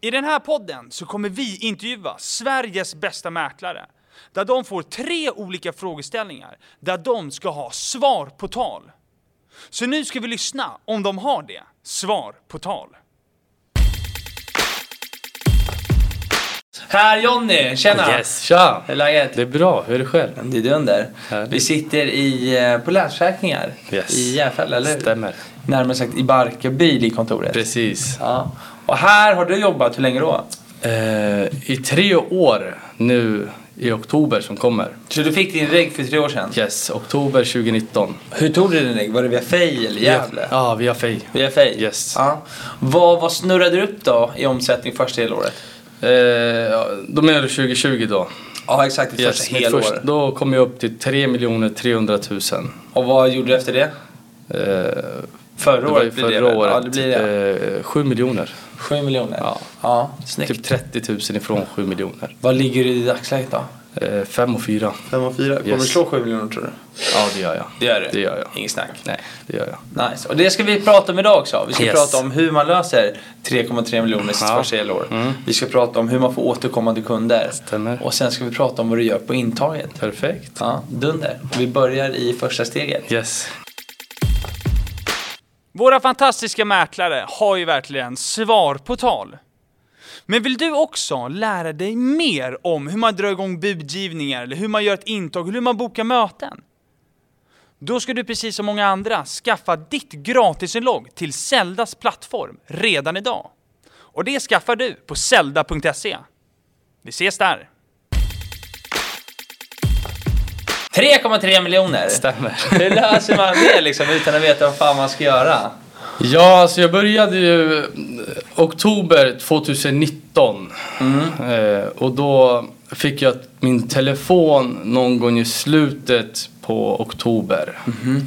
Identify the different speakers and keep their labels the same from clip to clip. Speaker 1: I den här podden så kommer vi intervjua Sveriges bästa mäklare. Där de får tre olika frågeställningar där de ska ha svar på tal. Så nu ska vi lyssna om de har det. Svar på tal. Här Jonny, tjena!
Speaker 2: Yes, tja!
Speaker 1: Hur är läget?
Speaker 2: Det är bra, hur är det själv?
Speaker 1: Det är dunder.
Speaker 2: Härligt.
Speaker 1: Vi sitter i, eh, på Länsförsäkringar
Speaker 2: Yes.
Speaker 1: i Järfälla, eller hur?
Speaker 2: Stämmer.
Speaker 1: Närmare sagt i Barkarby, i kontoret.
Speaker 2: Precis.
Speaker 1: Ja. Och här har du jobbat, hur länge då?
Speaker 2: Eh, I tre år nu i oktober som kommer.
Speaker 1: Så du fick din reg för tre år sedan?
Speaker 2: Yes, oktober 2019.
Speaker 1: Hur tog du din reg? Var det via Fej eller Gävle?
Speaker 2: Ja, ah, via Fej.
Speaker 1: Via Fej?
Speaker 2: Yes.
Speaker 1: Ja. Vad, vad snurrade du upp då i omsättning första helåret?
Speaker 2: Eh, ja, då menar du 2020 då?
Speaker 1: Ja, exakt. Ditt
Speaker 2: Yes,
Speaker 1: första
Speaker 2: mitt
Speaker 1: helår.
Speaker 2: först- då kom jag upp till 3 300 000.
Speaker 1: Och vad gjorde du efter det?
Speaker 2: Eh,
Speaker 1: Förra
Speaker 2: det var ju
Speaker 1: året blir det
Speaker 2: förra
Speaker 1: väl?
Speaker 2: året.
Speaker 1: Ja, det blir det.
Speaker 2: Eh, 7 miljoner.
Speaker 1: Sju miljoner?
Speaker 2: Ja.
Speaker 1: ja. Snyggt.
Speaker 2: Typ 30 000 ifrån 7 miljoner.
Speaker 1: Vad ligger du i dagsläget då?
Speaker 2: Eh, 5 och 4.
Speaker 1: Fem och fyra. Kommer
Speaker 2: Yes.
Speaker 1: du slå sju miljoner tror du?
Speaker 2: Ja, det gör jag.
Speaker 1: Det gör du?
Speaker 2: Det gör jag.
Speaker 1: Inget snack.
Speaker 2: Nej, det gör jag.
Speaker 1: Nice. Och det ska vi prata om idag också. Vi ska
Speaker 2: Yes.
Speaker 1: prata om hur man löser 3,3 miljoner sitt
Speaker 2: Ja. Mm.
Speaker 1: första helår. Vi ska prata om hur man får återkommande kunder.
Speaker 2: Stämmer.
Speaker 1: Och sen ska vi prata om vad du gör på intaget.
Speaker 2: Perfekt.
Speaker 1: Ja, dunder. Och vi börjar i första steget.
Speaker 2: Yes.
Speaker 1: Våra fantastiska mäklare har ju verkligen svar på tal. Men vill du också lära dig mer om hur man drar igång budgivningar, eller hur man gör ett intag, hur man bokar möten? Då ska du precis som många andra skaffa ditt gratisinlogg till Zeldas plattform redan idag. Och det skaffar du på zelda.se. Vi ses där! 3,3 miljoner!
Speaker 2: Stämmer.
Speaker 1: Hur löser man det liksom utan att veta vad fan man ska göra?
Speaker 2: Ja, alltså jag började ju eh, oktober 2019. Eh, och då fick jag min telefon någon gång i slutet på oktober.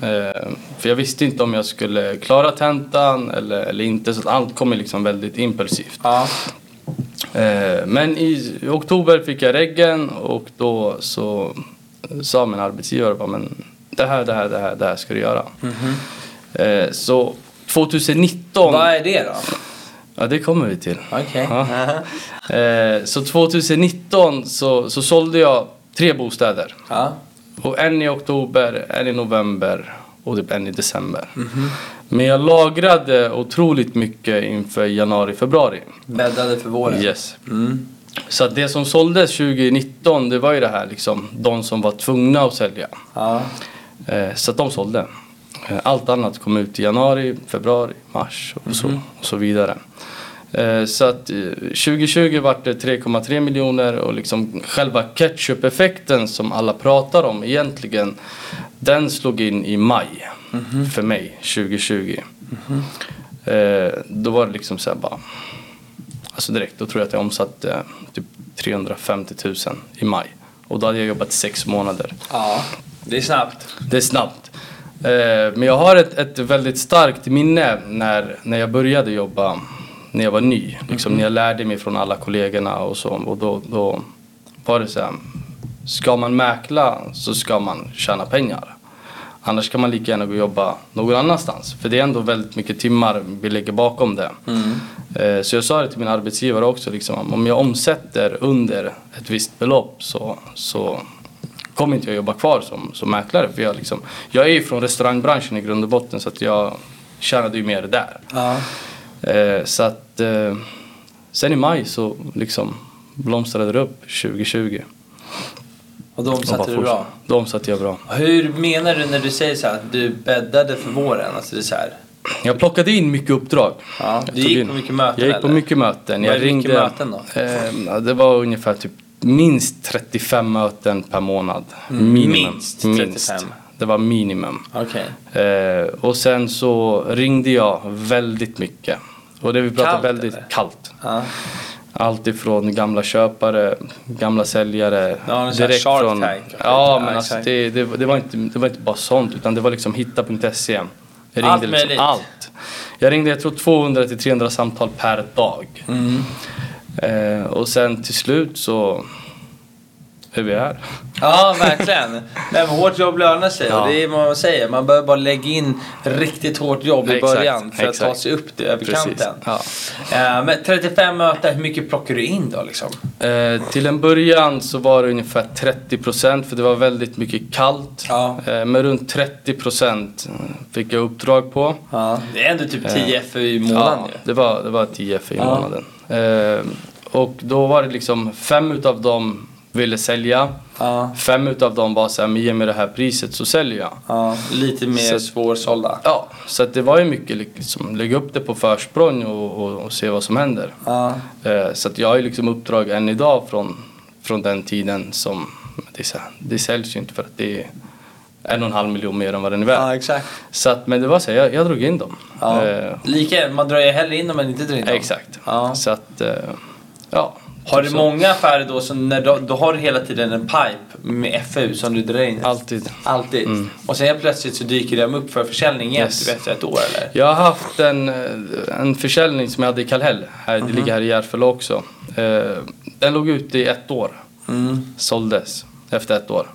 Speaker 2: Eh, för jag visste inte om jag skulle klara tentan eller, eller inte. Så att allt kom ju liksom väldigt impulsivt.
Speaker 1: Ja.
Speaker 2: Eh, men i, i oktober fick jag reggen och då så sa min arbetsgivare bara, men det här, det här, det här, det här ska du göra. Eh, så 2019,
Speaker 1: Vad är det då?
Speaker 2: ja det kommer vi till.
Speaker 1: Okej.
Speaker 2: Ja. Eh, så 2019 så, så sålde jag tre bostäder.
Speaker 1: Ja.
Speaker 2: Och en i oktober, en i november och typ en i december. Men jag lagrade otroligt mycket inför januari, februari.
Speaker 1: Bäddade för våren.
Speaker 2: Yes.
Speaker 1: Mm.
Speaker 2: Så att det som såldes 2019 det var ju det här liksom, de som var tvungna att sälja.
Speaker 1: Ja.
Speaker 2: Eh, så att de sålde. Eh, allt annat kom ut i januari, februari, mars och så, och så vidare. Eh, så att eh, 2020 vart det 3,3 miljoner och liksom själva ketchup-effekten som alla pratar om egentligen den slog in i maj för mig 2020. Eh, då var det liksom såhär bara Alltså direkt, då tror jag att jag omsatte eh, typ 350 000 i maj. Och då hade jag jobbat sex månader.
Speaker 1: ja. Det är snabbt.
Speaker 2: Det är snabbt. Eh, Men jag har ett, ett väldigt starkt minne när, när jag började jobba, när jag var ny. Liksom, När jag lärde mig från alla kollegorna och så. Och då, då var det så här, ska man mäkla så ska man tjäna pengar. Annars kan man lika gärna gå och jobba någon annanstans. För det är ändå väldigt mycket timmar vi lägger bakom det.
Speaker 1: Mm.
Speaker 2: Eh, Så jag sa det till min arbetsgivare också, liksom, om jag omsätter under ett visst belopp så, så kommer inte jag jobba kvar som, som mäklare. För jag, liksom, jag är ju från restaurangbranschen i grund och botten så att jag tjänade ju mer där.
Speaker 1: Ja.
Speaker 2: Eh, så att, eh, sen i maj så liksom blomstrade det upp 2020.
Speaker 1: Och då
Speaker 2: Och bara
Speaker 1: omsatte du
Speaker 2: forts-
Speaker 1: bra.
Speaker 2: Då omsatte jag bra.
Speaker 1: Hur menar du när du säger så här att du bäddade för våren? Alltså det är så här.
Speaker 2: Jag plockade in mycket uppdrag.
Speaker 1: Ja,
Speaker 2: Jag
Speaker 1: du
Speaker 2: tog
Speaker 1: gick
Speaker 2: in-
Speaker 1: på mycket möten,
Speaker 2: Jag gick på
Speaker 1: eller?
Speaker 2: mycket möten.
Speaker 1: Vad
Speaker 2: Jag
Speaker 1: är det mycket möten då?
Speaker 2: Eh, ja, det var ungefär typ minst 35 möten per månad.
Speaker 1: Mm. minst 35.
Speaker 2: Det var minimum.
Speaker 1: Okej.
Speaker 2: Eh, och sen så ringde jag väldigt mycket. Och det vi pratar
Speaker 1: Kallt,
Speaker 2: väldigt
Speaker 1: eller?
Speaker 2: kallt.
Speaker 1: Ja.
Speaker 2: Allt ifrån gamla köpare, gamla säljare.
Speaker 1: Ja, en sån här Shark Tank.
Speaker 2: Ja, men
Speaker 1: Ja,
Speaker 2: alltså
Speaker 1: exakt.
Speaker 2: det, det, det, var inte, det var inte bara sånt utan det var liksom hitta.se. Jag ringde
Speaker 1: Allt
Speaker 2: liksom
Speaker 1: möjligt.
Speaker 2: allt. Jag ringde jag tror 200 till 300 samtal per
Speaker 1: Mm.
Speaker 2: dag. Eh, och sen till slut så är vi här.
Speaker 3: Ja, verkligen. Nej, men hårt jobb lönar sig
Speaker 2: Ja.
Speaker 3: och det är vad man säger. Man behöver bara lägga in riktigt hårt jobb i
Speaker 2: Exakt,
Speaker 3: början för att ta
Speaker 2: exakt.
Speaker 3: sig upp det, över
Speaker 2: Precis,
Speaker 3: kanten.
Speaker 2: ja.
Speaker 3: Eh, Men 35 möten, hur mycket plockar du in då liksom?
Speaker 2: Eh, till en början så var det ungefär 30% för det var väldigt mycket kallt.
Speaker 3: Ja.
Speaker 2: Eh, men runt 30% fick jag uppdrag på.
Speaker 3: Ja. Det är ändå typ
Speaker 2: Eh.
Speaker 3: 10 FU i månaden ju.
Speaker 2: det var, det var 10 för i
Speaker 3: Ja.
Speaker 2: månaden. Eh, och då var det liksom fem utav dem ville sälja.
Speaker 3: Ja.
Speaker 2: Fem utav dem var såhär, men ge mig det här priset så säljer jag.
Speaker 3: Ja, lite mer
Speaker 2: Så-
Speaker 3: svårsålda.
Speaker 2: Ja, så att det var ju mycket liksom, lägga upp det på försprång och, och, och se vad som händer.
Speaker 3: Ja.
Speaker 2: Eh, Så att jag har ju liksom uppdrag än idag från, från den tiden som det, är så här, det säljs ju inte för att det är en och en halv miljon mer än vad den är värd.
Speaker 3: ja, exakt.
Speaker 2: Så att, men det var så, här, jag, jag drog in dem.
Speaker 3: Ja.
Speaker 2: Eh,
Speaker 3: Lika, man drar ju hellre in dem än inte drar in dem.
Speaker 2: Exakt.
Speaker 3: Ja.
Speaker 2: Så att, eh, ja.
Speaker 3: Har du
Speaker 2: Typ Så-
Speaker 3: många affärer då, som när du, då har du hela tiden en pipe med FU som du drar in?
Speaker 2: Alltid.
Speaker 3: Alltid. Och sen helt plötsligt så dyker de upp för försäljning igen
Speaker 2: Mm. Yes.
Speaker 3: typ efter ett år eller?
Speaker 2: Jag har haft en, eh, en försäljning som jag hade i Kallhäll. Här, Det ligger här i Järfälla också. Eh, Den låg ute i ett år. Mm. Såldes efter ett år.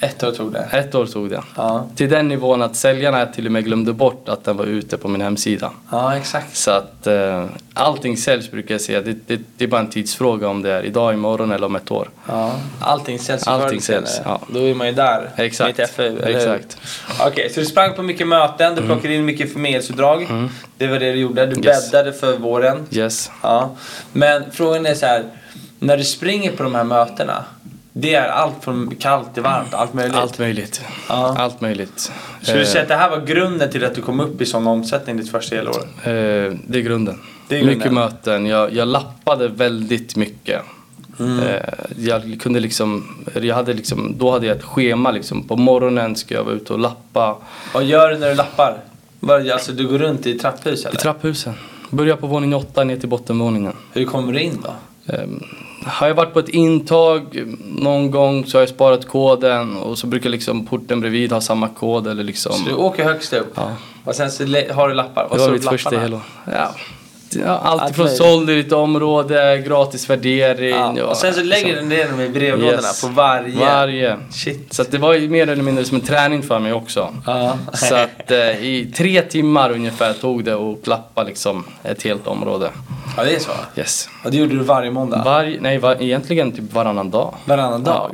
Speaker 3: Ett år tog det.
Speaker 2: Ett år tog det.
Speaker 3: Ja,
Speaker 2: Till den nivån att säljarna till och med glömde bort att den var ute på min hemsida.
Speaker 3: ja exakt.
Speaker 2: Så att eh, allting säljs brukar jag säga. Det, det, det är bara en tidsfråga om det är idag, imorgon eller om ett år.
Speaker 3: Ja. Allting säljs ju
Speaker 2: Allting
Speaker 3: förr eller
Speaker 2: säljs,
Speaker 3: senare.
Speaker 2: ja.
Speaker 3: Då är man ju där.
Speaker 2: Exakt.
Speaker 3: Mitt FU, eller hur?
Speaker 2: Exakt. Mm.
Speaker 3: Okej, så du sprang på mycket möten, du plockade in mycket förmedlingsutdrag. Det var det du gjorde. Du
Speaker 2: Yes.
Speaker 3: bäddade för våren.
Speaker 2: Yes.
Speaker 3: Ja. Men frågan är så här. När du springer på de här mötena. Det är allt från kallt till varmt, allt möjligt.
Speaker 2: Allt möjligt.
Speaker 3: Ja.
Speaker 2: Allt möjligt.
Speaker 3: Skulle du
Speaker 2: Eh,
Speaker 3: säga att det här var grunden till att du kom upp i sån omsättning ditt första helår?
Speaker 2: Eh, det är grunden.
Speaker 3: Det är grunden.
Speaker 2: Mycket möten. Jag, jag lappade väldigt mycket.
Speaker 3: Mm.
Speaker 2: Eh, jag kunde liksom, jag hade liksom, då hade jag ett schema liksom. På morgonen ska jag vara ute och lappa
Speaker 3: Vad gör du när du lappar? Vad- Alltså du går runt i trapphus
Speaker 2: i
Speaker 3: eller?
Speaker 2: trapphusen. Börja på våning åtta ner till bottenvåningen.
Speaker 3: Hur kommer du in då?
Speaker 2: Eh, har jag varit på ett intag någon gång så har jag sparat koden och så brukar liksom porten bredvid ha samma kod eller liksom.
Speaker 3: Så du åker högst upp
Speaker 2: Ja.
Speaker 3: och sen så le- har du lappar. Och
Speaker 2: Det
Speaker 3: så
Speaker 2: var mitt
Speaker 3: lapparna.
Speaker 2: första helår. Ja. Ja, allt
Speaker 3: Allt
Speaker 2: ifrån
Speaker 3: möjligt.
Speaker 2: såld i ditt område, gratis värdering.
Speaker 3: Ja. Och sen så lägger du
Speaker 2: liksom-
Speaker 3: ner dem i brevlådorna
Speaker 2: Yes.
Speaker 3: på varje.
Speaker 2: Varje.
Speaker 3: Shit.
Speaker 2: Så att det var ju mer eller mindre som en träning för mig också.
Speaker 3: Ja.
Speaker 2: Så att eh, i tre timmar ungefär tog det att klappa liksom ett helt område.
Speaker 3: ja, det är så.
Speaker 2: Yes.
Speaker 3: Och det gjorde du varje måndag?
Speaker 2: Varje, nej, var, egentligen typ varannan dag.
Speaker 3: Varannan dag?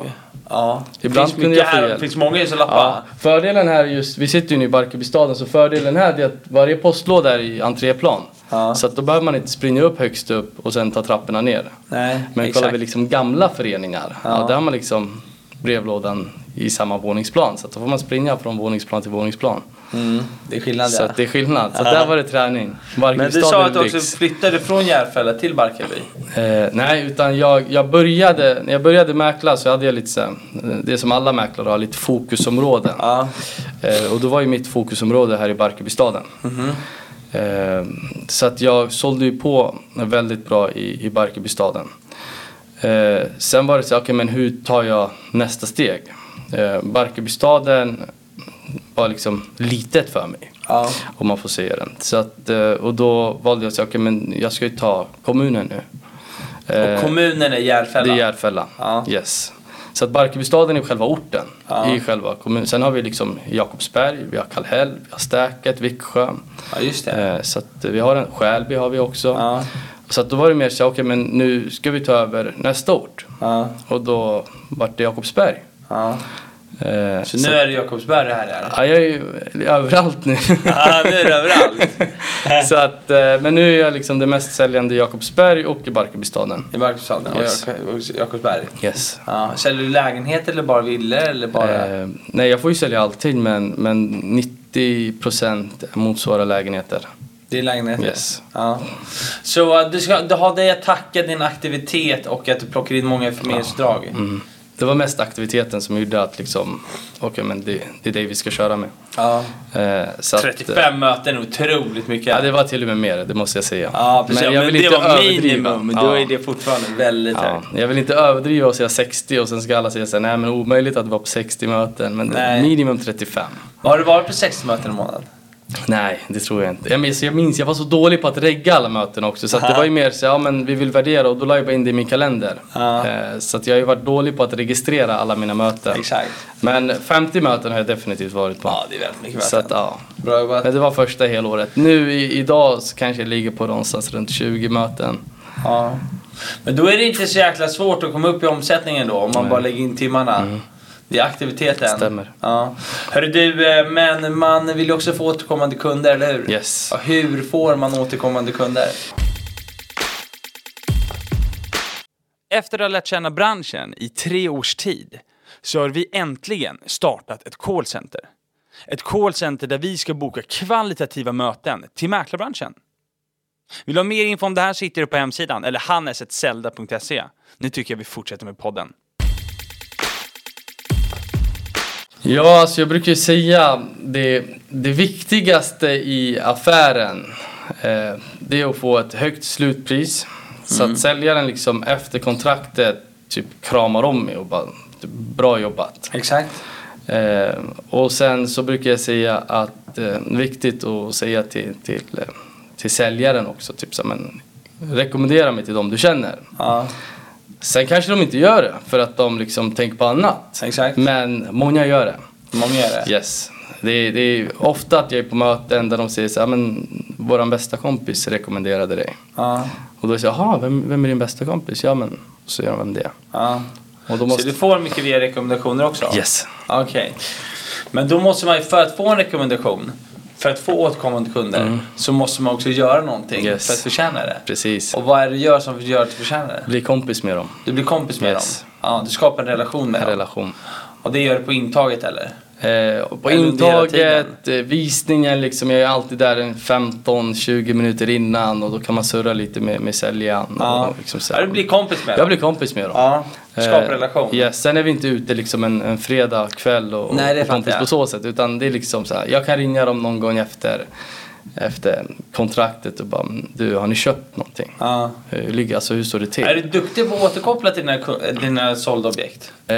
Speaker 3: Ja.
Speaker 2: Ibland
Speaker 3: finns
Speaker 2: kunde
Speaker 3: mycket
Speaker 2: jag få
Speaker 3: här,
Speaker 2: hjälp.
Speaker 3: finns många som lappar.
Speaker 2: Ja. Fördelen här är just, vi sitter ju nu i Barkarbystaden, så fördelen här är att varje postlåda är i entréplan.
Speaker 3: Ja.
Speaker 2: Så att då behöver man inte springa upp högst upp och sen ta trapporna ner.
Speaker 3: Nej,
Speaker 2: Men
Speaker 3: exakt.
Speaker 2: kollar vi liksom gamla föreningar, ja. där har man liksom brevlådan i samma våningsplan. Så att då får man springa från våningsplan till våningsplan.
Speaker 3: Mm, det är skillnad
Speaker 2: Så
Speaker 3: ja.
Speaker 2: att det är skillnad. Så
Speaker 3: Ja.
Speaker 2: där var det träning.
Speaker 3: Men du
Speaker 2: Barkarbystaden
Speaker 3: sa att du också
Speaker 2: byggs.
Speaker 3: flyttade från Järfälla till Barkarby.
Speaker 2: Eh, nej, utan jag, jag började, när jag började mäkla så hade jag lite så här, eh, det som alla mäklare har, lite fokusområden.
Speaker 3: Ja.
Speaker 2: Eh, och då var ju mitt fokusområde här i Barkarbystaden.
Speaker 3: Mm-hmm.
Speaker 2: Eh, så att jag sålde ju på väldigt bra i, i Barkarbystaden. Eh, sen var det så här, okej men hur tar jag nästa steg? Eh, Barkarbystaden var liksom litet för mig.
Speaker 3: Ja.
Speaker 2: Om man får säga den. Så att, eh, och då valde jag att säga, okej men jag ska ju ta kommunen nu. Eh,
Speaker 3: Och kommunen är Järfälla.
Speaker 2: det är Järfälla,
Speaker 3: Ja.
Speaker 2: yes. Så att Barkarbystaden är själva orten,
Speaker 3: Ja.
Speaker 2: i själva kommunen. Sen har vi liksom Jakobsberg, vi har Kallhäll, vi har Stäket, Viksjö.
Speaker 3: Ja, just det.
Speaker 2: Eh, Så att vi har en, Skälby har vi också.
Speaker 3: Ja.
Speaker 2: Så att då var det mer så här, okej men nu ska vi ta över nästa ort.
Speaker 3: Ja.
Speaker 2: Och då vart det Jakobsberg.
Speaker 3: Ja.
Speaker 2: Eh,
Speaker 3: Så nu är det Jakobsberg det här är.
Speaker 2: Ja, jag är ju överallt nu.
Speaker 3: Ja, nu är det överallt.
Speaker 2: så att, eh, men nu är jag liksom det mest säljande i Jakobsberg och i Barkarbystaden.
Speaker 3: I Barkarbystaden och
Speaker 2: Yes.
Speaker 3: Jak- och Jakobsberg.
Speaker 2: Yes.
Speaker 3: Ja. Säljer du lägenhet eller bara villor eller bara...
Speaker 2: Eh, nej, jag får ju sälja allting men, men 90% motsvarar lägenheter.
Speaker 3: Det är lägenheter?
Speaker 2: Yes.
Speaker 3: Ja. Så eh, du, ska, du har dig att tacka din aktivitet och att du plockar in många förmedlingsdrag.
Speaker 2: Det var mest aktiviteten som gjorde att liksom, okej men det, det är det vi ska köra med.
Speaker 3: Ja.
Speaker 2: Eh, så att, eh,
Speaker 3: 35 möten är otroligt mycket.
Speaker 2: Ja, det var till och med mer, det måste jag säga.
Speaker 3: Ja, precis. Men, det var minimum.
Speaker 2: Ja.
Speaker 3: Då är det fortfarande väldigt
Speaker 2: Ja,
Speaker 3: högt.
Speaker 2: jag vill inte överdriva och säga 60 och sen ska alla säga så här, nej men omöjligt att vara på 60 möten. Men det-
Speaker 3: Nej.
Speaker 2: minimum 35.
Speaker 3: Har du varit på 60 möten i månaden?
Speaker 2: Nej, det tror jag inte. Jag minns, jag minns, jag var så dålig på att regga alla möten också. Så att det var ju mer så ja men vi vill värdera och då la jag bara in det i min kalender.
Speaker 3: Ja.
Speaker 2: Eh, Så att jag har ju varit dålig på att registrera alla mina möten.
Speaker 3: Exakt.
Speaker 2: Men 50 möten har jag definitivt varit på.
Speaker 3: Ja, det är väldigt mycket
Speaker 2: Så att,
Speaker 3: möten.
Speaker 2: ja.
Speaker 3: Bra jobbat.
Speaker 2: Men det var första helåret. Nu i, idag så kanske jag ligger på någonstans runt 20 möten.
Speaker 3: Ja. Men då är det inte så jäkla svårt att komma upp i omsättningen då om man bara lägger in timmarna. Det är aktiviteten.
Speaker 2: Mm. Stämmer.
Speaker 3: Ja. Hörru du, eh, men man vill ju också få återkommande kunder, eller hur?
Speaker 2: Yes.
Speaker 3: Ja, Hur får man återkommande kunder?
Speaker 1: Efter att ha lärt känna branschen i tre års tid så har vi äntligen startat ett callcenter. Ett callcenter där vi ska boka kvalitativa möten till mäklarbranschen. Vill du ha mer info om det här sitter du på hemsidan eller hannesetzelda.se. Nu tycker jag vi fortsätter med podden.
Speaker 2: Ja, alltså jag brukar ju säga det, det viktigaste i affären eh, det är att få ett högt slutpris. Så att säljaren liksom efter kontraktet typ kramar om mig och bara "Typ, bra jobbat.
Speaker 3: Exakt.
Speaker 2: Eh, och sen så brukar jag säga att eh, viktigt att säga till, till, eh, till säljaren också typ så här, men rekommendera mig till dem du känner.
Speaker 3: Ja,
Speaker 2: Sen kanske de inte gör det för att de liksom tänker på annat.
Speaker 3: exakt.
Speaker 2: Men många gör det.
Speaker 3: Många gör det.
Speaker 2: Yes. Det är, det är ofta att jag är på möten där de säger så här, "Ja, men våran bästa kompis rekommenderade dig.
Speaker 3: Ja,
Speaker 2: Och då säger jag, jaha, vem, vem är din bästa kompis? Ja men, så gör de vem det är.
Speaker 3: ja.
Speaker 2: Och då
Speaker 3: Så
Speaker 2: måste...
Speaker 3: du får mycket via rekommendationer också?
Speaker 2: Yes.
Speaker 3: Okej. Men då måste man ju, för att få en rekommendation, för att få återkommande kunder, så måste man också göra någonting
Speaker 2: Mm. Yes.
Speaker 3: för att förtjäna det.
Speaker 2: Precis.
Speaker 3: Och vad är det du gör som gör att du förtjänar det?
Speaker 2: Bli kompis med dem.
Speaker 3: Du blir kompis med
Speaker 2: Yes.
Speaker 3: dem. Ja, du skapar en relation med
Speaker 2: En
Speaker 3: dem.
Speaker 2: relation.
Speaker 3: Och det gör du på intaget eller?
Speaker 2: Eh, och på
Speaker 3: Eller under hela
Speaker 2: intaget, eh, visningen liksom, jag är alltid där en 15-20 minuter innan och då kan man surra lite med, med säljaren.
Speaker 3: Ja.
Speaker 2: Och liksom så
Speaker 3: ja,
Speaker 2: här.
Speaker 3: du blir kompis med
Speaker 2: jag
Speaker 3: dem.
Speaker 2: blir kompis med dem.
Speaker 3: Ja, du skapar
Speaker 2: Eh,
Speaker 3: relation.
Speaker 2: yes. Sen är vi inte ute liksom en, en fredag kväll och,
Speaker 3: Nej, det
Speaker 2: och
Speaker 3: fattar
Speaker 2: kompis
Speaker 3: jag.
Speaker 2: på så sätt. Utan det är liksom så här, jag kan ringa dem någon gång efter, efter kontraktet och bara du har ni köpt någonting?
Speaker 3: Ja.
Speaker 2: Hur ligger, alltså hur står det till?
Speaker 3: Är du duktig på att återkoppla till dina, ku- eh, dina sålda objekt?
Speaker 2: Eh,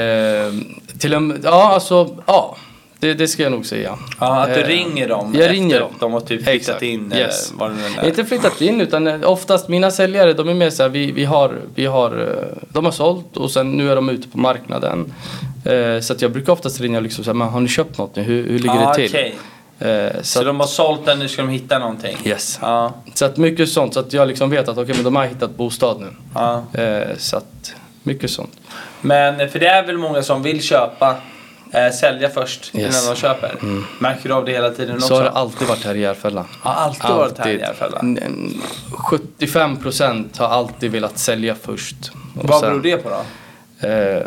Speaker 2: till en, ja alltså, ja. Det, det ska jag nog säga.
Speaker 3: Ja, att du
Speaker 2: Eh,
Speaker 3: ringer dem
Speaker 2: jag
Speaker 3: efter
Speaker 2: ringer dem.
Speaker 3: att de har typ flyttat
Speaker 2: Exakt.
Speaker 3: in
Speaker 2: Yes.
Speaker 3: eller vad det nu är.
Speaker 2: Inte flyttat in utan eh, oftast mina säljare de är mer såhär, vi, vi har, vi har, eh, de har sålt och sen nu är de ute på marknaden. Eh, Så att jag brukar oftast ringa liksom såhär, men har ni köpt något nu? Hur, hur ligger
Speaker 3: Ja,
Speaker 2: det till?
Speaker 3: Ah, okej.
Speaker 2: Eh,
Speaker 3: Så,
Speaker 2: Så, att,
Speaker 3: de har sålt den, nu ska de hitta någonting?
Speaker 2: Yes.
Speaker 3: Ja,
Speaker 2: så att mycket sånt, så att jag liksom vet att okej men de har hittat bostad nu.
Speaker 3: ja.
Speaker 2: Eh, Så att mycket sånt.
Speaker 3: Men eh, för det är väl många som vill köpa, eh, sälja först
Speaker 2: Yes. Mm.
Speaker 3: innan de köper? Märker du av det hela tiden också?
Speaker 2: Så har det alltid varit här i Järfälla.
Speaker 3: Ja, alltid varit här i Järfälla.
Speaker 2: N- 75% har alltid velat sälja först. Och
Speaker 3: Vad
Speaker 2: sen-
Speaker 3: beror det på då?
Speaker 2: Eh,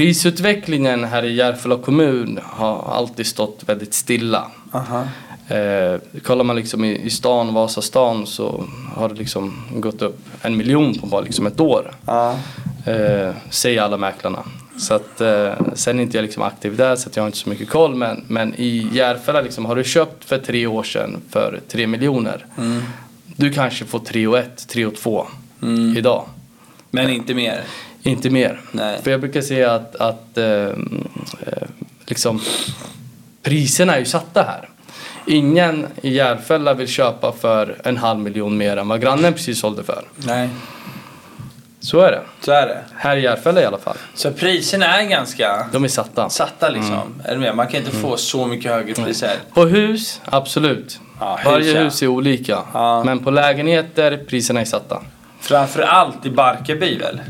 Speaker 2: prisutvecklingen här i Järfälla kommun har alltid stått väldigt stilla.
Speaker 3: Aha.
Speaker 2: Eh, kollar man liksom i, i stan, Vasastan, så har det liksom gått upp en miljon på bara liksom ett år.
Speaker 3: Ja.
Speaker 2: Eh, säger alla mäklarna. Så att, eh, sen är inte jag liksom aktiv där så att jag har inte så mycket koll men, men i Järfälla liksom, har du köpt för tre år sedan för tre miljoner. Du kanske får tre och ett, tre och två idag.
Speaker 3: Men inte mer?
Speaker 2: Inte mer.
Speaker 3: Nej.
Speaker 2: För jag brukar säga att, att eh, eh, liksom, priserna är ju satta här. Ingen i Järfälla vill köpa för en halv miljon mer än vad grannen precis sålde för.
Speaker 3: Nej.
Speaker 2: Så är det.
Speaker 3: Så är det.
Speaker 2: Här i Järfälla i alla fall.
Speaker 3: Så priserna är ganska
Speaker 2: De är satta.
Speaker 3: satta liksom.
Speaker 2: Mm.
Speaker 3: Är du med? Man kan inte få så mycket högre priser.
Speaker 2: På hus, absolut.
Speaker 3: Ja, hus,
Speaker 2: Varje
Speaker 3: ja.
Speaker 2: hus är olika.
Speaker 3: Ja.
Speaker 2: Men på lägenheter, priserna är satta.
Speaker 3: Framförallt i Barkarby väl?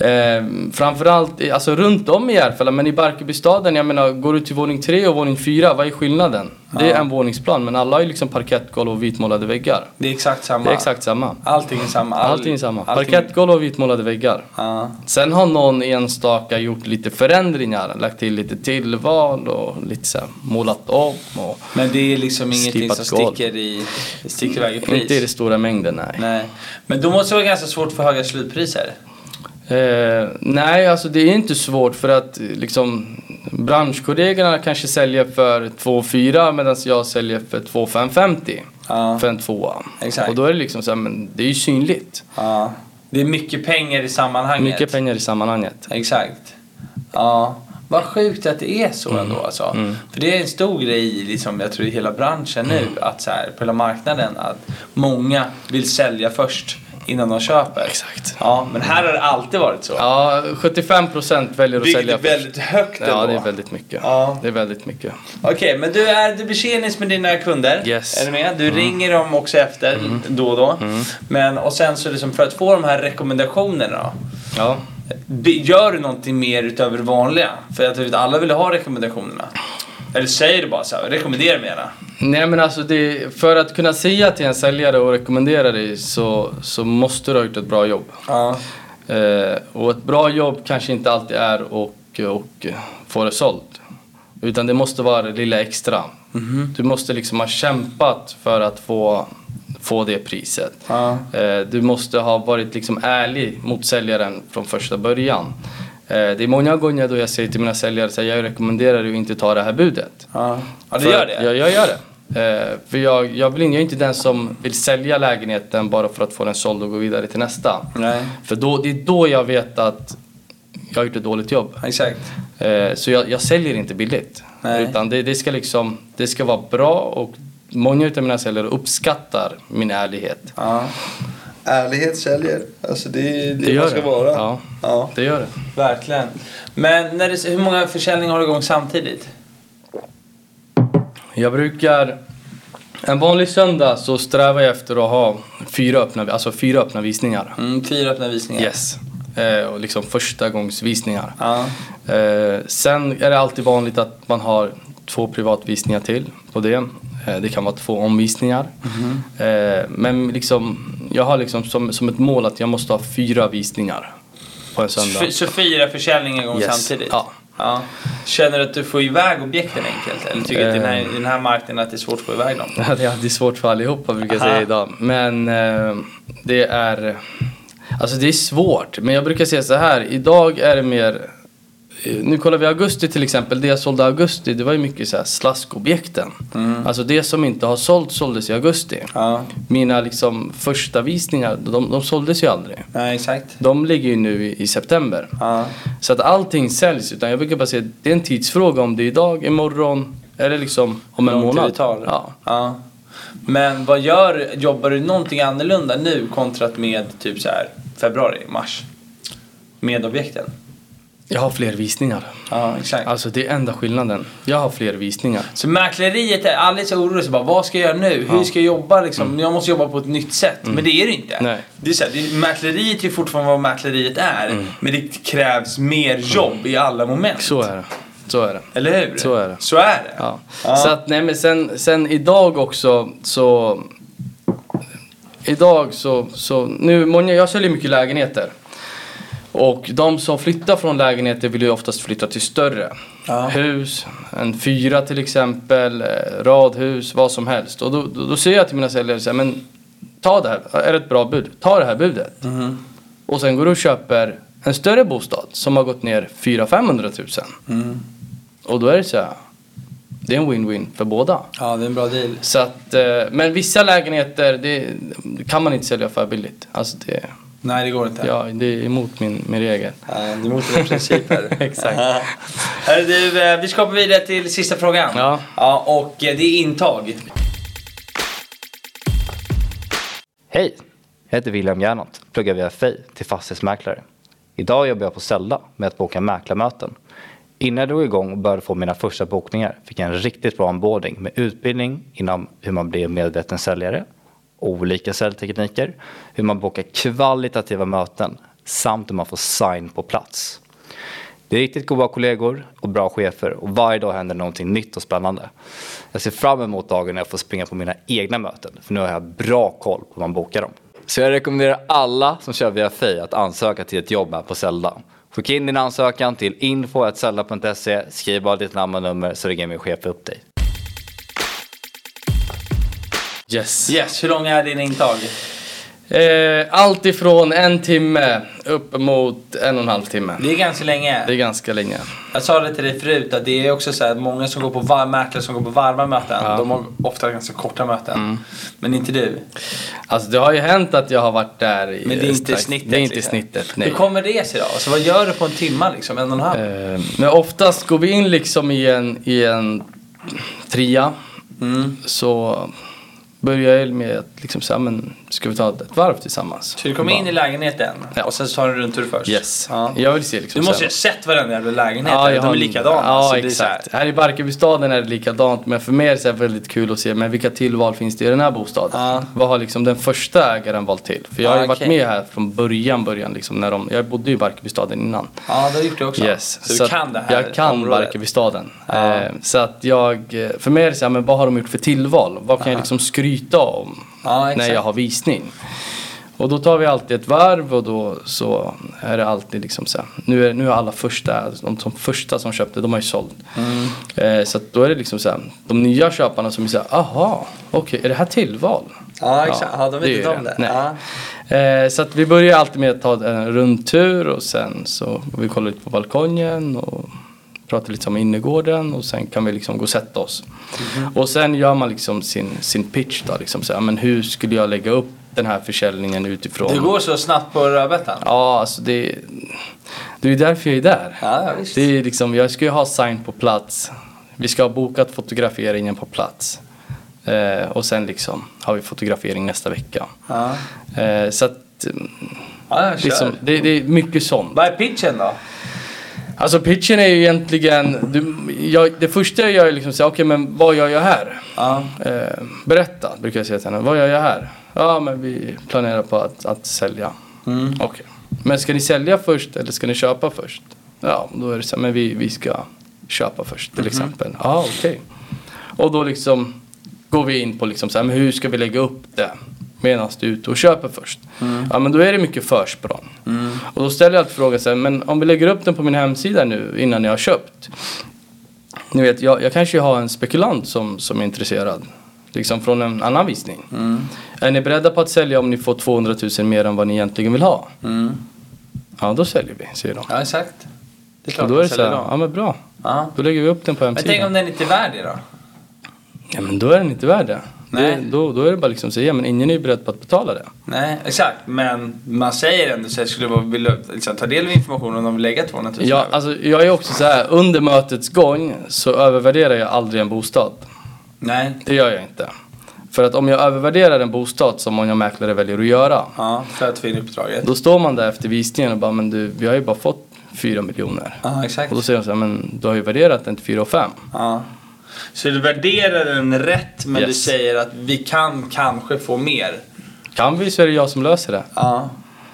Speaker 2: Eh, framförallt i- alltså runt om i Järfälla, men i Barkarbystaden, jag menar, går du till våning tre och våning fyra, vad är skillnaden? Det är en våningsplan, men alla har ju liksom parkettgolv och vitmålade väggar.
Speaker 3: Det är exakt samma.
Speaker 2: Det är exakt samma.
Speaker 3: Allting är samma. All-
Speaker 2: Allting är samma.
Speaker 3: allting-
Speaker 2: Parkettgolv och vitmålade väggar.
Speaker 3: Ja.
Speaker 2: Sen har någon enstaka gjort lite förändringar, lagt till lite tillval och lite så här, målat om och
Speaker 3: Men det är liksom ingenting
Speaker 2: Slipat
Speaker 3: som
Speaker 2: golv.
Speaker 3: sticker, i, sticker iväg i pris?
Speaker 2: inte i den stora mängden, nej.
Speaker 3: Nej. Men då måste det vara ganska svårt för höga slutpriser.
Speaker 2: Eh, nej, alltså det är inte svårt för att eh, liksom branschkollegorna kanske säljer för 2,4 medan jag säljer för 2,550
Speaker 3: Ja.
Speaker 2: för en tvåa.
Speaker 3: Exakt.
Speaker 2: Och då är det liksom så här, men det är ju synligt.
Speaker 3: Ja. Det är mycket pengar i sammanhanget.
Speaker 2: Mycket pengar i sammanhanget.
Speaker 3: Exakt. Ja. Vad sjukt att det är
Speaker 2: Mm.
Speaker 3: så ändå alltså. För det är en stor grej i liksom, jag tror i hela branschen
Speaker 2: Mm.
Speaker 3: nu, att så här, på hela marknaden, att många vill sälja först innan de köper.
Speaker 2: Exakt.
Speaker 3: Ja, men här har det alltid varit så.
Speaker 2: Ja, 75% väljer att
Speaker 3: Vilket
Speaker 2: sälja
Speaker 3: är väldigt högt ändå.
Speaker 2: Ja, det är väldigt mycket.
Speaker 3: Ja.
Speaker 2: Det är väldigt mycket.
Speaker 3: Okej, men du, är, du blir tjenis med dina kunder.
Speaker 2: Yes. Mm.
Speaker 3: Är du med? Du ringer dem också efter då och då. Men, och sen så liksom för att få de här rekommendationerna då,
Speaker 2: Ja.
Speaker 3: be- Gör du någonting mer utöver det vanliga? För jag tror att alla vill ha rekommendationerna. Eller säger du bara så här, rekommendera mig gärna.
Speaker 2: Nej men alltså det, för att kunna säga till en säljare och rekommendera dig så, så måste du ha gjort ett bra jobb.
Speaker 3: Ja.
Speaker 2: Eh, och ett bra jobb kanske inte alltid är och, och få det sålt. Utan det måste vara det lilla extra. Du måste liksom ha kämpat för att få, få det priset.
Speaker 3: Ja.
Speaker 2: Eh, du måste ha varit liksom ärlig mot säljaren från första början. Eh, det är många gånger då jag säger till mina säljare att jag rekommenderar dig att inte ta det här budet.
Speaker 3: Ja, ja du
Speaker 2: För
Speaker 3: gör
Speaker 2: att-
Speaker 3: det?
Speaker 2: Ja, jag gör det. Eh, för jag, jag, vill, in- jag är inte den som vill sälja lägenheten bara för att få den såld och gå vidare till nästa.
Speaker 3: Nej.
Speaker 2: För då, det är då jag vet att jag har gjort ett dåligt jobb.
Speaker 3: Exakt.
Speaker 2: Eh, så jag, jag säljer inte billigt.
Speaker 3: Nej.
Speaker 2: Utan det, det, ska liksom, det ska vara bra och många utav mina säljare uppskattar min ärlighet.
Speaker 3: Ja. Ärlighet säljer. Alltså det är det,
Speaker 2: gör
Speaker 3: man ska
Speaker 2: det.
Speaker 3: vara.
Speaker 2: Ja.
Speaker 3: ja,
Speaker 2: Det gör det.
Speaker 3: verkligen. Men när det, hur många försäljningar har du igång samtidigt?
Speaker 2: Jag brukar... En vanlig söndag så strävar jag efter att ha fyra öppna, alltså fyra öppna visningar.
Speaker 3: Mm, fyra öppna visningar.
Speaker 2: Yes. Eh, och liksom första gångs visningar.
Speaker 3: Ja.
Speaker 2: Eh, sen är det alltid vanligt att man har två privatvisningar till på det. Eh, det kan vara två omvisningar. Eh, men liksom, jag har liksom som, som ett mål att jag måste ha fyra visningar på en söndag.
Speaker 3: F- så fyra försäljningar igång
Speaker 2: Yes.
Speaker 3: samtidigt?
Speaker 2: Ja.
Speaker 3: Ja. Känner du att du får iväg objekten enkelt? Eller tycker du att i den här, i den här marknaden att det är svårt att få iväg dem?
Speaker 2: Eh. Ja, det är alltid svårt för allihopa brukar jag säga
Speaker 3: Aha.
Speaker 2: idag. Men eh, det är... Alltså det är svårt. Men jag brukar säga så här. Idag är det mer... eh, Nu kollar vi augusti till exempel. Det jag sålde i augusti det var ju mycket så här slaskobjekten. Alltså det som inte har sålt såldes i augusti.
Speaker 3: Mm. Ja,
Speaker 2: Mina liksom första visningar, de, de såldes ju aldrig.
Speaker 3: ja exakt.
Speaker 2: De ligger ju nu i, i september.
Speaker 3: Ja.
Speaker 2: Så att allting säljs. Utan jag brukar bara säga det är en tidsfråga om det är idag, imorgon eller liksom om en
Speaker 3: Hur lång tid
Speaker 2: månad.
Speaker 3: det tar.
Speaker 2: Ja.
Speaker 3: Ja. Men vad gör du? Jobbar du någonting annorlunda nu kontrat med typ så här februari, mars? Med objekten?
Speaker 2: Jag har fler visningar.
Speaker 3: Ja, exakt.
Speaker 2: Alltså det är enda skillnaden. Jag har fler visningar.
Speaker 3: Så mäkleriet, är alla är så oroliga. så Bara, vad ska jag göra nu? Hur ska jag jobba? Liksom? Jag måste jobba på ett nytt sätt. Men det är det inte.
Speaker 2: Mm. Nej.
Speaker 3: Det är så här, det, mäkleriet är fortfarande vad mäkleriet är. Men det krävs mer jobb i alla moment.
Speaker 2: Mm. Så är det. Så är det.
Speaker 3: Eller hur?
Speaker 2: Så är det.
Speaker 3: Så är det.
Speaker 2: Ja.
Speaker 3: Ja.
Speaker 2: Så att nej men sen, sen idag också så... Idag så, så nu, många, jag säljer mycket lägenheter. Och de som flyttar från lägenheter vill ju oftast flytta till större
Speaker 3: Ja.
Speaker 2: hus, en fyra till exempel, eh, radhus, vad som helst. Och då, då, då säger jag till mina säljare så här, men ta det här, är det ett bra bud? Ta det här budet. Och sen går du och köper en större bostad som har gått ner 400-500 tusen. Och då är det så här, det är en win-win för båda.
Speaker 3: ja, det är en bra deal.
Speaker 2: Så att, eh, men vissa lägenheter det kan man inte sälja för billigt. Alltså det,
Speaker 3: Nej, det går inte.
Speaker 2: ja, det är emot min, min regel.
Speaker 3: Ja, det är mot dina principer.
Speaker 2: Exakt.
Speaker 3: Ja. Hörru du, eh, vi ska hoppa vidare till sista frågan.
Speaker 2: Ja.
Speaker 3: ja och eh, det är intag.
Speaker 4: Hej! Jag heter William Gernandt, pluggar via FEI till fastighetsmäklare. Idag jobbar jag på Sella med att boka mäklarmöten. Innan jag drog igång och började få mina första bokningar fick jag en riktigt bra onboarding med utbildning inom hur man blir en medveten säljare, olika säljtekniker, hur man bokar kvalitativa möten samt hur man får sign på plats. Det är riktigt goda kollegor och bra chefer och varje dag händer någonting nytt och spännande. Jag ser fram emot dagen när jag får springa på mina egna möten för nu har jag bra koll på hur man bokar dem. Så jag rekommenderar alla som kör via Fej att ansöka till ett jobb här på Zelda. Skicka in din ansökan till info.zelda.se, skriv bara ditt namn och nummer så ringer min chef upp dig.
Speaker 2: Yes.
Speaker 3: Yes, hur lång är din intag?
Speaker 2: Eh, allt ifrån en timme upp mot en och en halv timme.
Speaker 3: Det är ganska länge.
Speaker 2: Det är ganska länge.
Speaker 3: Jag sa det till dig förut att det är också så här att många som går på var- mäklare som går på varma möten, de har ofta ganska korta möten.
Speaker 2: Mm.
Speaker 3: Men inte du.
Speaker 2: Alltså det har ju hänt att jag har varit där i
Speaker 3: Men det är inte
Speaker 2: strax-
Speaker 3: snittet.
Speaker 2: Det är inte
Speaker 3: liksom.
Speaker 2: snittet, nej.
Speaker 3: Hur kommer det sig då? Alltså, vad gör du på en timme liksom? En och en halv?
Speaker 2: Eh, Men oftast går vi in liksom i en, i en tria.
Speaker 3: Mm.
Speaker 2: Så börjar jag med att liksom säga, men ska vi ta ett varv tillsammans?
Speaker 3: Så du kommer in i lägenheten
Speaker 2: Ja.
Speaker 3: och sen så tar du en rundtur först?
Speaker 2: Yes.
Speaker 3: Ja.
Speaker 2: Jag vill se liksom
Speaker 3: Du måste
Speaker 2: så
Speaker 3: ju
Speaker 2: här-
Speaker 3: ha sett varenda jävla lägenhet.
Speaker 2: Ja, jag
Speaker 3: de
Speaker 2: har-
Speaker 3: är likadana.
Speaker 2: Ja,
Speaker 3: så det är så här-
Speaker 2: exakt. Här i Barkarbystaden är det likadant, men för mig är det så här väldigt kul att se men vilka tillval finns det i den här bostaden.
Speaker 3: Ja.
Speaker 2: Vad har liksom den första ägaren valt till? För jag har
Speaker 3: Ja,
Speaker 2: ju varit
Speaker 3: okej.
Speaker 2: med här från början, början liksom, när de, jag bodde ju i Barkarbystaden innan.
Speaker 3: Ja, du har gjort det också.
Speaker 2: Yes.
Speaker 3: Så, du
Speaker 2: att
Speaker 3: kan det här
Speaker 2: Jag kan
Speaker 3: området.
Speaker 2: Barkarbystaden. Eh, så att jag, eh, för mig är det så här, men vad har de gjort för tillval? Vad kan jag liksom skryta om
Speaker 3: Ja, exakt.
Speaker 2: när jag har visning? Och då tar vi alltid ett varv och då så är det alltid liksom så här, nu är, nu är alla första, de som första som köpte, de har ju sålt.
Speaker 3: Mm.
Speaker 2: Eh, så att då är det liksom så här, de nya köparna som är så här, aha, okej, är det här tillval?
Speaker 3: Ja, exakt. Ja, de vet
Speaker 2: är
Speaker 3: inte
Speaker 2: ju
Speaker 3: om det.
Speaker 2: Nej.
Speaker 3: Ja.
Speaker 2: Eh, så att vi börjar alltid med att ta en rundtur och sen så går vi kollar lite på balkongen och pratar lite om innergården och sen kan vi liksom gå och sätta oss.
Speaker 3: Mhm.
Speaker 2: Och sen gör man liksom sin, sin pitch då, liksom så här, men hur skulle jag lägga upp den här försäljningen utifrån?
Speaker 3: Det går så snabbt på rödbetan?
Speaker 2: Ja, alltså det, det är ju därför jag är där.
Speaker 3: Ja, ja, visst.
Speaker 2: det är liksom, jag ska ju ha sign på plats, vi ska ha bokat fotograferingen på plats eh, och sen liksom har vi fotografering nästa vecka.
Speaker 3: Ja.
Speaker 2: Eh, så att mm,
Speaker 3: Ja, jag kör.
Speaker 2: liksom, det, det är mycket sånt.
Speaker 3: Vad är pitchen då?
Speaker 2: Alltså pitchen är ju egentligen, du, jag, det första jag gör är liksom säga, okej men vad gör jag här?
Speaker 3: Ja.
Speaker 2: Eh, berätta, brukar jag säga till henne. Vad gör jag här? Ja men vi planerar på att, att sälja. Mm. Okej. Men ska ni sälja först eller ska ni köpa först? Ja, då är det så här, men vi, vi ska köpa först till exempel. Ja, okej. Och då liksom går vi in på liksom så här, men hur ska vi lägga upp det medan du är ute och köper först? Ja, men då är det mycket försprång. Och då ställer jag alltid frågan så här, men om vi lägger upp den på min hemsida nu innan jag har köpt. Ni vet, jag, jag kanske har en spekulant som, som är intresserad. Liksom från en annan visning.
Speaker 3: Mm.
Speaker 2: Är ni beredda på att sälja om ni får 200 000 mer än vad ni egentligen vill ha?
Speaker 3: Mm.
Speaker 2: Ja, då säljer vi, säger de.
Speaker 3: Ja, exakt. Det är
Speaker 2: Och
Speaker 3: klart
Speaker 2: då är det
Speaker 3: de
Speaker 2: så här,
Speaker 3: säljer
Speaker 2: ja
Speaker 3: dem.
Speaker 2: men bra.
Speaker 3: Ja.
Speaker 2: Då lägger vi upp den på
Speaker 3: Men
Speaker 2: hemsidan.
Speaker 3: tänk om den inte är värd det då?
Speaker 2: Ja men då är den inte värd det.
Speaker 3: Nej.
Speaker 2: Det- Då, då är det bara liksom att säga, men ingen är ju beredd på att betala det.
Speaker 3: Nej, exakt. Men man säger ändå så här, skulle vara vilja liksom, ta del av informationen om de vill lägga 200 000
Speaker 2: Jag,
Speaker 3: över.
Speaker 2: alltså, jag är också så här, under mötets gång så övervärderar jag aldrig en bostad.
Speaker 3: Nej.
Speaker 2: Det gör jag inte. För att om jag övervärderar en bostad som många mäklare väljer att göra.
Speaker 3: Ja, för att få in uppdraget.
Speaker 2: Då står man där efter visningen och bara, men du, vi har ju bara fått 4 miljoner.
Speaker 3: Ja, exakt.
Speaker 2: Och då säger de så här, men du har ju värderat den till 4 och 5.
Speaker 3: Ja. Så du värderar den rätt men du
Speaker 2: Yes.
Speaker 3: säger att vi kan kanske få mer?
Speaker 2: Kan vi så är det jag som löser det.
Speaker 3: Ja.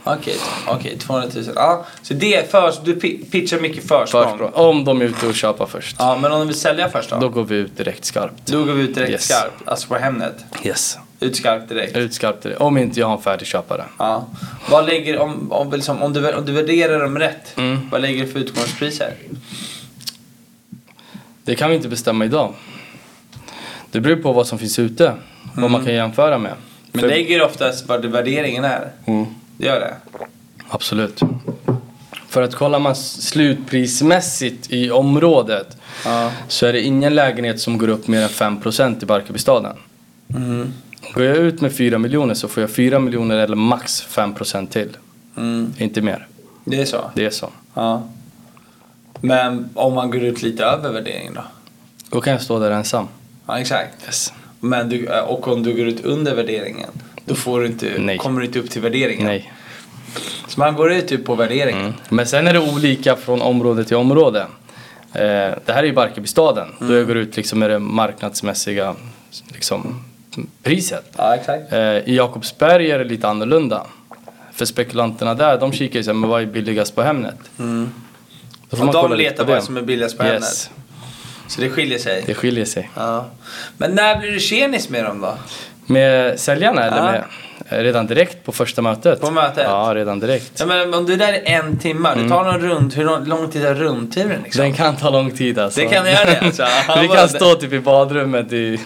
Speaker 3: Okej, okej 200 000. Ja. Så det är först, du pi- pitchar mycket försprång.
Speaker 2: Först, om de är ute och köper först.
Speaker 3: Ja, men om de vill sälja först då?
Speaker 2: Då
Speaker 3: Då,
Speaker 2: går vi ut direkt skarpt.
Speaker 3: går vi ut direkt
Speaker 2: Yes.
Speaker 3: skarpt, alltså på Hemnet.
Speaker 2: Yes.
Speaker 3: Ut skarpt direkt.
Speaker 2: Ut skarpt direkt. Om inte jag har en färdig köpare.
Speaker 3: Ja. Vad lägger, om, om, liksom, om, du, om du värderar dem rätt, vad lägger du för utgångspriser?
Speaker 2: Det kan vi inte bestämma idag. Det beror på vad som finns ute. Vad man kan jämföra med.
Speaker 3: Men
Speaker 2: För-
Speaker 3: lägger du oftast vad det- värderingen är?
Speaker 2: Mm.
Speaker 3: Det gör det?
Speaker 2: Absolut. För att kollar man s- slutprismässigt i området
Speaker 3: Ja.
Speaker 2: så är det ingen lägenhet som går upp mer än 5% i Barkarbystaden.
Speaker 3: Mm.
Speaker 2: Går jag ut med 4 miljoner så får jag 4 miljoner eller max 5% till.
Speaker 3: Mm.
Speaker 2: Inte mer.
Speaker 3: Det är så?
Speaker 2: Det är så.
Speaker 3: Ja. Men om man går ut lite över värderingen då?
Speaker 2: Då kan jag stå där ensam.
Speaker 3: Ja, exakt.
Speaker 2: Yes.
Speaker 3: Men du, eh, och om du går ut under värderingen, då får du inte,
Speaker 2: Nej.
Speaker 3: kommer du inte upp till värderingen.
Speaker 2: Nej.
Speaker 3: Så man går ut typ på värderingen.
Speaker 2: Mm. Men sen är det olika från område till område. Eh, det här är ju Barkarbystaden. Då
Speaker 3: Mm.
Speaker 2: jag går ut liksom med det marknadsmässiga liksom, priset.
Speaker 3: Ja, exakt.
Speaker 2: Eh, I Jakobsberg är det lite annorlunda. För spekulanterna där, de kikar ju så här, men vad är billigast på Hemnet? Då
Speaker 3: Mm. Och de
Speaker 2: kolla lite
Speaker 3: letar
Speaker 2: på
Speaker 3: vad
Speaker 2: det.
Speaker 3: som är billigast på
Speaker 2: Yes,
Speaker 3: Hemnet. Så det skiljer sig.
Speaker 2: det skiljer sig.
Speaker 3: Ja. Men när blir du tjenis med dem då?
Speaker 2: Med säljarna eller
Speaker 3: Ja.
Speaker 2: med, eh, redan direkt på första mötet?
Speaker 3: På mötet?
Speaker 2: Ja, redan direkt.
Speaker 3: Ja, men om du är där i en timme,
Speaker 2: Mm.
Speaker 3: du tar någon rund, hur lång- lång tid är rundturen liksom?
Speaker 2: Den kan ta lång tid alltså.
Speaker 3: Det kan göra det, alltså.
Speaker 2: Vi kan stå typ i badrummet i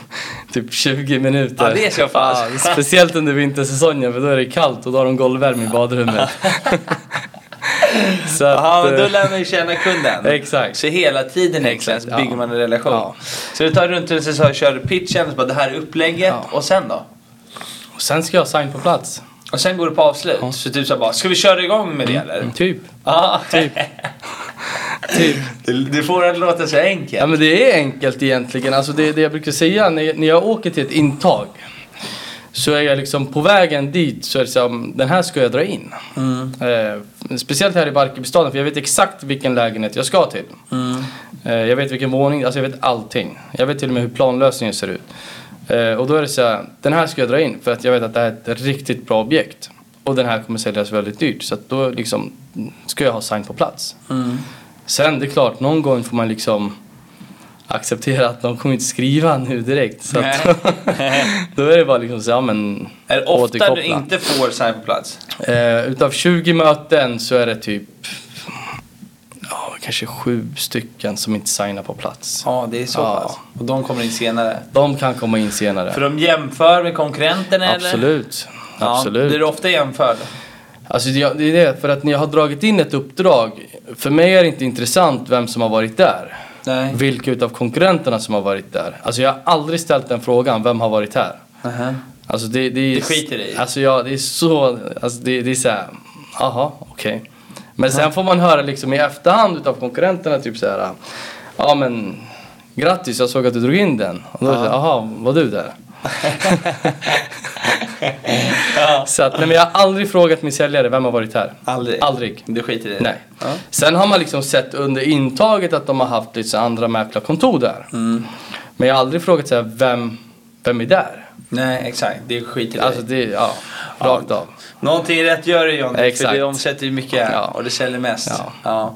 Speaker 2: typ 20 minuter.
Speaker 3: Ja, det är så fan.
Speaker 2: Ja, Speciellt under vintersäsongen för då är det kallt och då har de golvvärme i badrummet. så att,
Speaker 3: Jaha, men då
Speaker 2: eh,
Speaker 3: lär man ju känna kunden.
Speaker 2: Exakt.
Speaker 3: Så hela tiden egentligen så
Speaker 2: Exakt,
Speaker 3: bygger
Speaker 2: ja.
Speaker 3: man en relation.
Speaker 2: Ja.
Speaker 3: Så du tar runt och så så kör du pitchen, så bara, det här är upplägget
Speaker 2: Ja.
Speaker 3: och sen då?
Speaker 2: och sen ska jag signa på plats.
Speaker 3: Och sen går du på avslut. Så typ så här bara, ska vi köra igång med det eller?
Speaker 2: Typ.
Speaker 3: Ja,
Speaker 2: Typ. typ.
Speaker 3: du, du får det att låta så enkelt.
Speaker 2: Ja men det är enkelt egentligen. Alltså det, det jag brukar säga när, när jag åker till ett intag så är jag liksom på vägen dit så är det som, den här ska jag dra in. Eh, speciellt här i Barkarbystaden för jag vet exakt vilken lägenhet jag ska till. Eh, jag vet vilken våning, alltså jag vet allting. Jag vet till och med hur planlösningen ser ut. Eh, och då är det så här, den här ska jag dra in för att jag vet att det här är ett riktigt bra objekt. Och den här kommer säljas väldigt dyrt så att då liksom ska jag ha sign på plats. Sen det är klart, någon gång får man liksom acceptera att de kommer inte skriva nu direkt. Så att, då är det bara liksom så, ja men
Speaker 3: Är det ofta
Speaker 2: återkoppla.
Speaker 3: du inte får sign på plats?
Speaker 2: Eh, utav 20 möten så är det typ ja, kanske sju stycken som inte signar på plats.
Speaker 3: Ja, det är så
Speaker 2: Ja.
Speaker 3: pass. Och de kommer in senare.
Speaker 2: De kan komma in senare.
Speaker 3: För de jämför med konkurrenterna eller?
Speaker 2: Absolut.
Speaker 3: Ja,
Speaker 2: Absolut.
Speaker 3: Blir du ofta jämförd?
Speaker 2: Alltså det, det är det, för att när jag har dragit in ett uppdrag, för mig är det inte intressant vem som har varit där.
Speaker 3: Nej.
Speaker 2: Vilka utav konkurrenterna som har varit där. Alltså jag har aldrig ställt den frågan, vem har varit här?
Speaker 3: Aha.
Speaker 2: Alltså det, det, är,
Speaker 3: Det skiter i.
Speaker 2: Alltså ja, det är så, alltså det, det är så här, jaha, okej. Men sen får man höra liksom i efterhand utav konkurrenterna typ så här, ja men grattis jag såg att du drog in den. Och då är det så här, jaha, var du där? Så att, nej, men jag har aldrig frågat min säljare vem har varit här.
Speaker 3: Aldrig?
Speaker 2: Aldrig.
Speaker 3: Du skiter i det?
Speaker 2: Nej.
Speaker 3: Ja.
Speaker 2: Sen har man liksom sett under intaget att de har haft lite så andra mäklarkontor där.
Speaker 3: Mm.
Speaker 2: Men jag har aldrig frågat så här, vem, vem är där?
Speaker 3: Nej, exakt. Det skiter i det.
Speaker 2: Alltså det, ja, rakt av.
Speaker 3: Någonting rätt gör du John, för
Speaker 2: Exakt.
Speaker 3: det omsätter ju mycket
Speaker 2: Ja.
Speaker 3: och det säljer mest.
Speaker 2: Ja.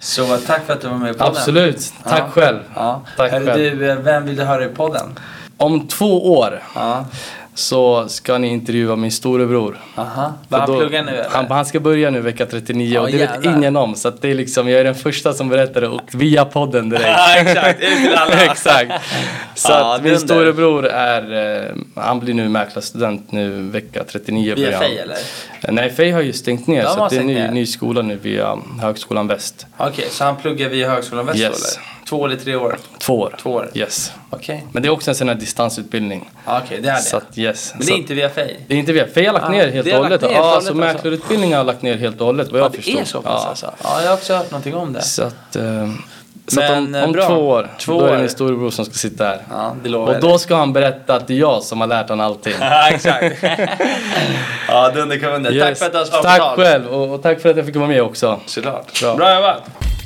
Speaker 3: Så tack för att du var med i podden.
Speaker 2: Absolut, tack
Speaker 3: Ja.
Speaker 2: själv.
Speaker 3: Ja.
Speaker 2: Tack
Speaker 3: Hörru,
Speaker 2: själv.
Speaker 3: du, eh, vem vill du höra i podden?
Speaker 2: Om två år
Speaker 3: Ja.
Speaker 2: så ska ni intervjua min storebror.
Speaker 3: Aha. Vad han
Speaker 2: För då-
Speaker 3: pluggar nu eller?
Speaker 2: han, han ska börja nu vecka 39
Speaker 3: Ja,
Speaker 2: och det vet
Speaker 3: jävlar.
Speaker 2: ingen om. Så att det är liksom, jag är den första som berättar det och via podden direkt.
Speaker 3: Ja, exakt. Ut till alla.
Speaker 2: Exakt. Så
Speaker 3: Ja,
Speaker 2: att min
Speaker 3: dunder.
Speaker 2: storebror är, eh, han blir nu mäklarstudent nu vecka 39
Speaker 3: Via
Speaker 2: börjar han.
Speaker 3: Fej, eller?
Speaker 2: Nej, Fej har ju stängt ner
Speaker 3: De
Speaker 2: så
Speaker 3: har
Speaker 2: att det är
Speaker 3: stängt ner.
Speaker 2: ny, ny skola nu via Högskolan Väst.
Speaker 3: Okej, så han pluggar via Högskolan Väst
Speaker 2: Yes.
Speaker 3: eller? Två eller tre år?
Speaker 2: Två år.
Speaker 3: Två år.
Speaker 2: Yes.
Speaker 3: Okej.
Speaker 2: Men det är också en sån här distansutbildning.
Speaker 3: Ja, Okej, det är det.
Speaker 2: Så att, yes.
Speaker 3: Men det
Speaker 2: så
Speaker 3: är
Speaker 2: att-
Speaker 3: inte via Fej?
Speaker 2: Det är inte vi. För jag har lagt
Speaker 3: Ah,
Speaker 2: ner
Speaker 3: det
Speaker 2: helt
Speaker 3: har
Speaker 2: och hållet.
Speaker 3: lagt ner
Speaker 2: Ja,
Speaker 3: helt och
Speaker 2: alltså
Speaker 3: hållet alltså.
Speaker 2: mäklarutbildningen har jag lagt ner helt och hållet vad jag
Speaker 3: Ja, det
Speaker 2: förstår.
Speaker 3: är så pass
Speaker 2: ja.
Speaker 3: alltså? Ja, jag har också hört någonting om det.
Speaker 2: Så att, eh, så att
Speaker 3: Men,
Speaker 2: om,
Speaker 3: eh,
Speaker 2: om
Speaker 3: bra.
Speaker 2: två år,
Speaker 3: Två
Speaker 2: då är det
Speaker 3: år.
Speaker 2: min storebror som ska sitta här.
Speaker 3: Ja, det lovar
Speaker 2: och
Speaker 3: jag
Speaker 2: då
Speaker 3: dig.
Speaker 2: ska han berätta att det är jag som har lärt honom allting.
Speaker 3: Ja, exakt. ja, dunder kan dunder. Tack
Speaker 2: Yes.
Speaker 3: för att du har svarat på
Speaker 2: Tack
Speaker 3: tal.
Speaker 2: själv och, och tack för att jag fick vara med också.
Speaker 3: Såklart.
Speaker 2: Bra.
Speaker 3: Bra jobbat.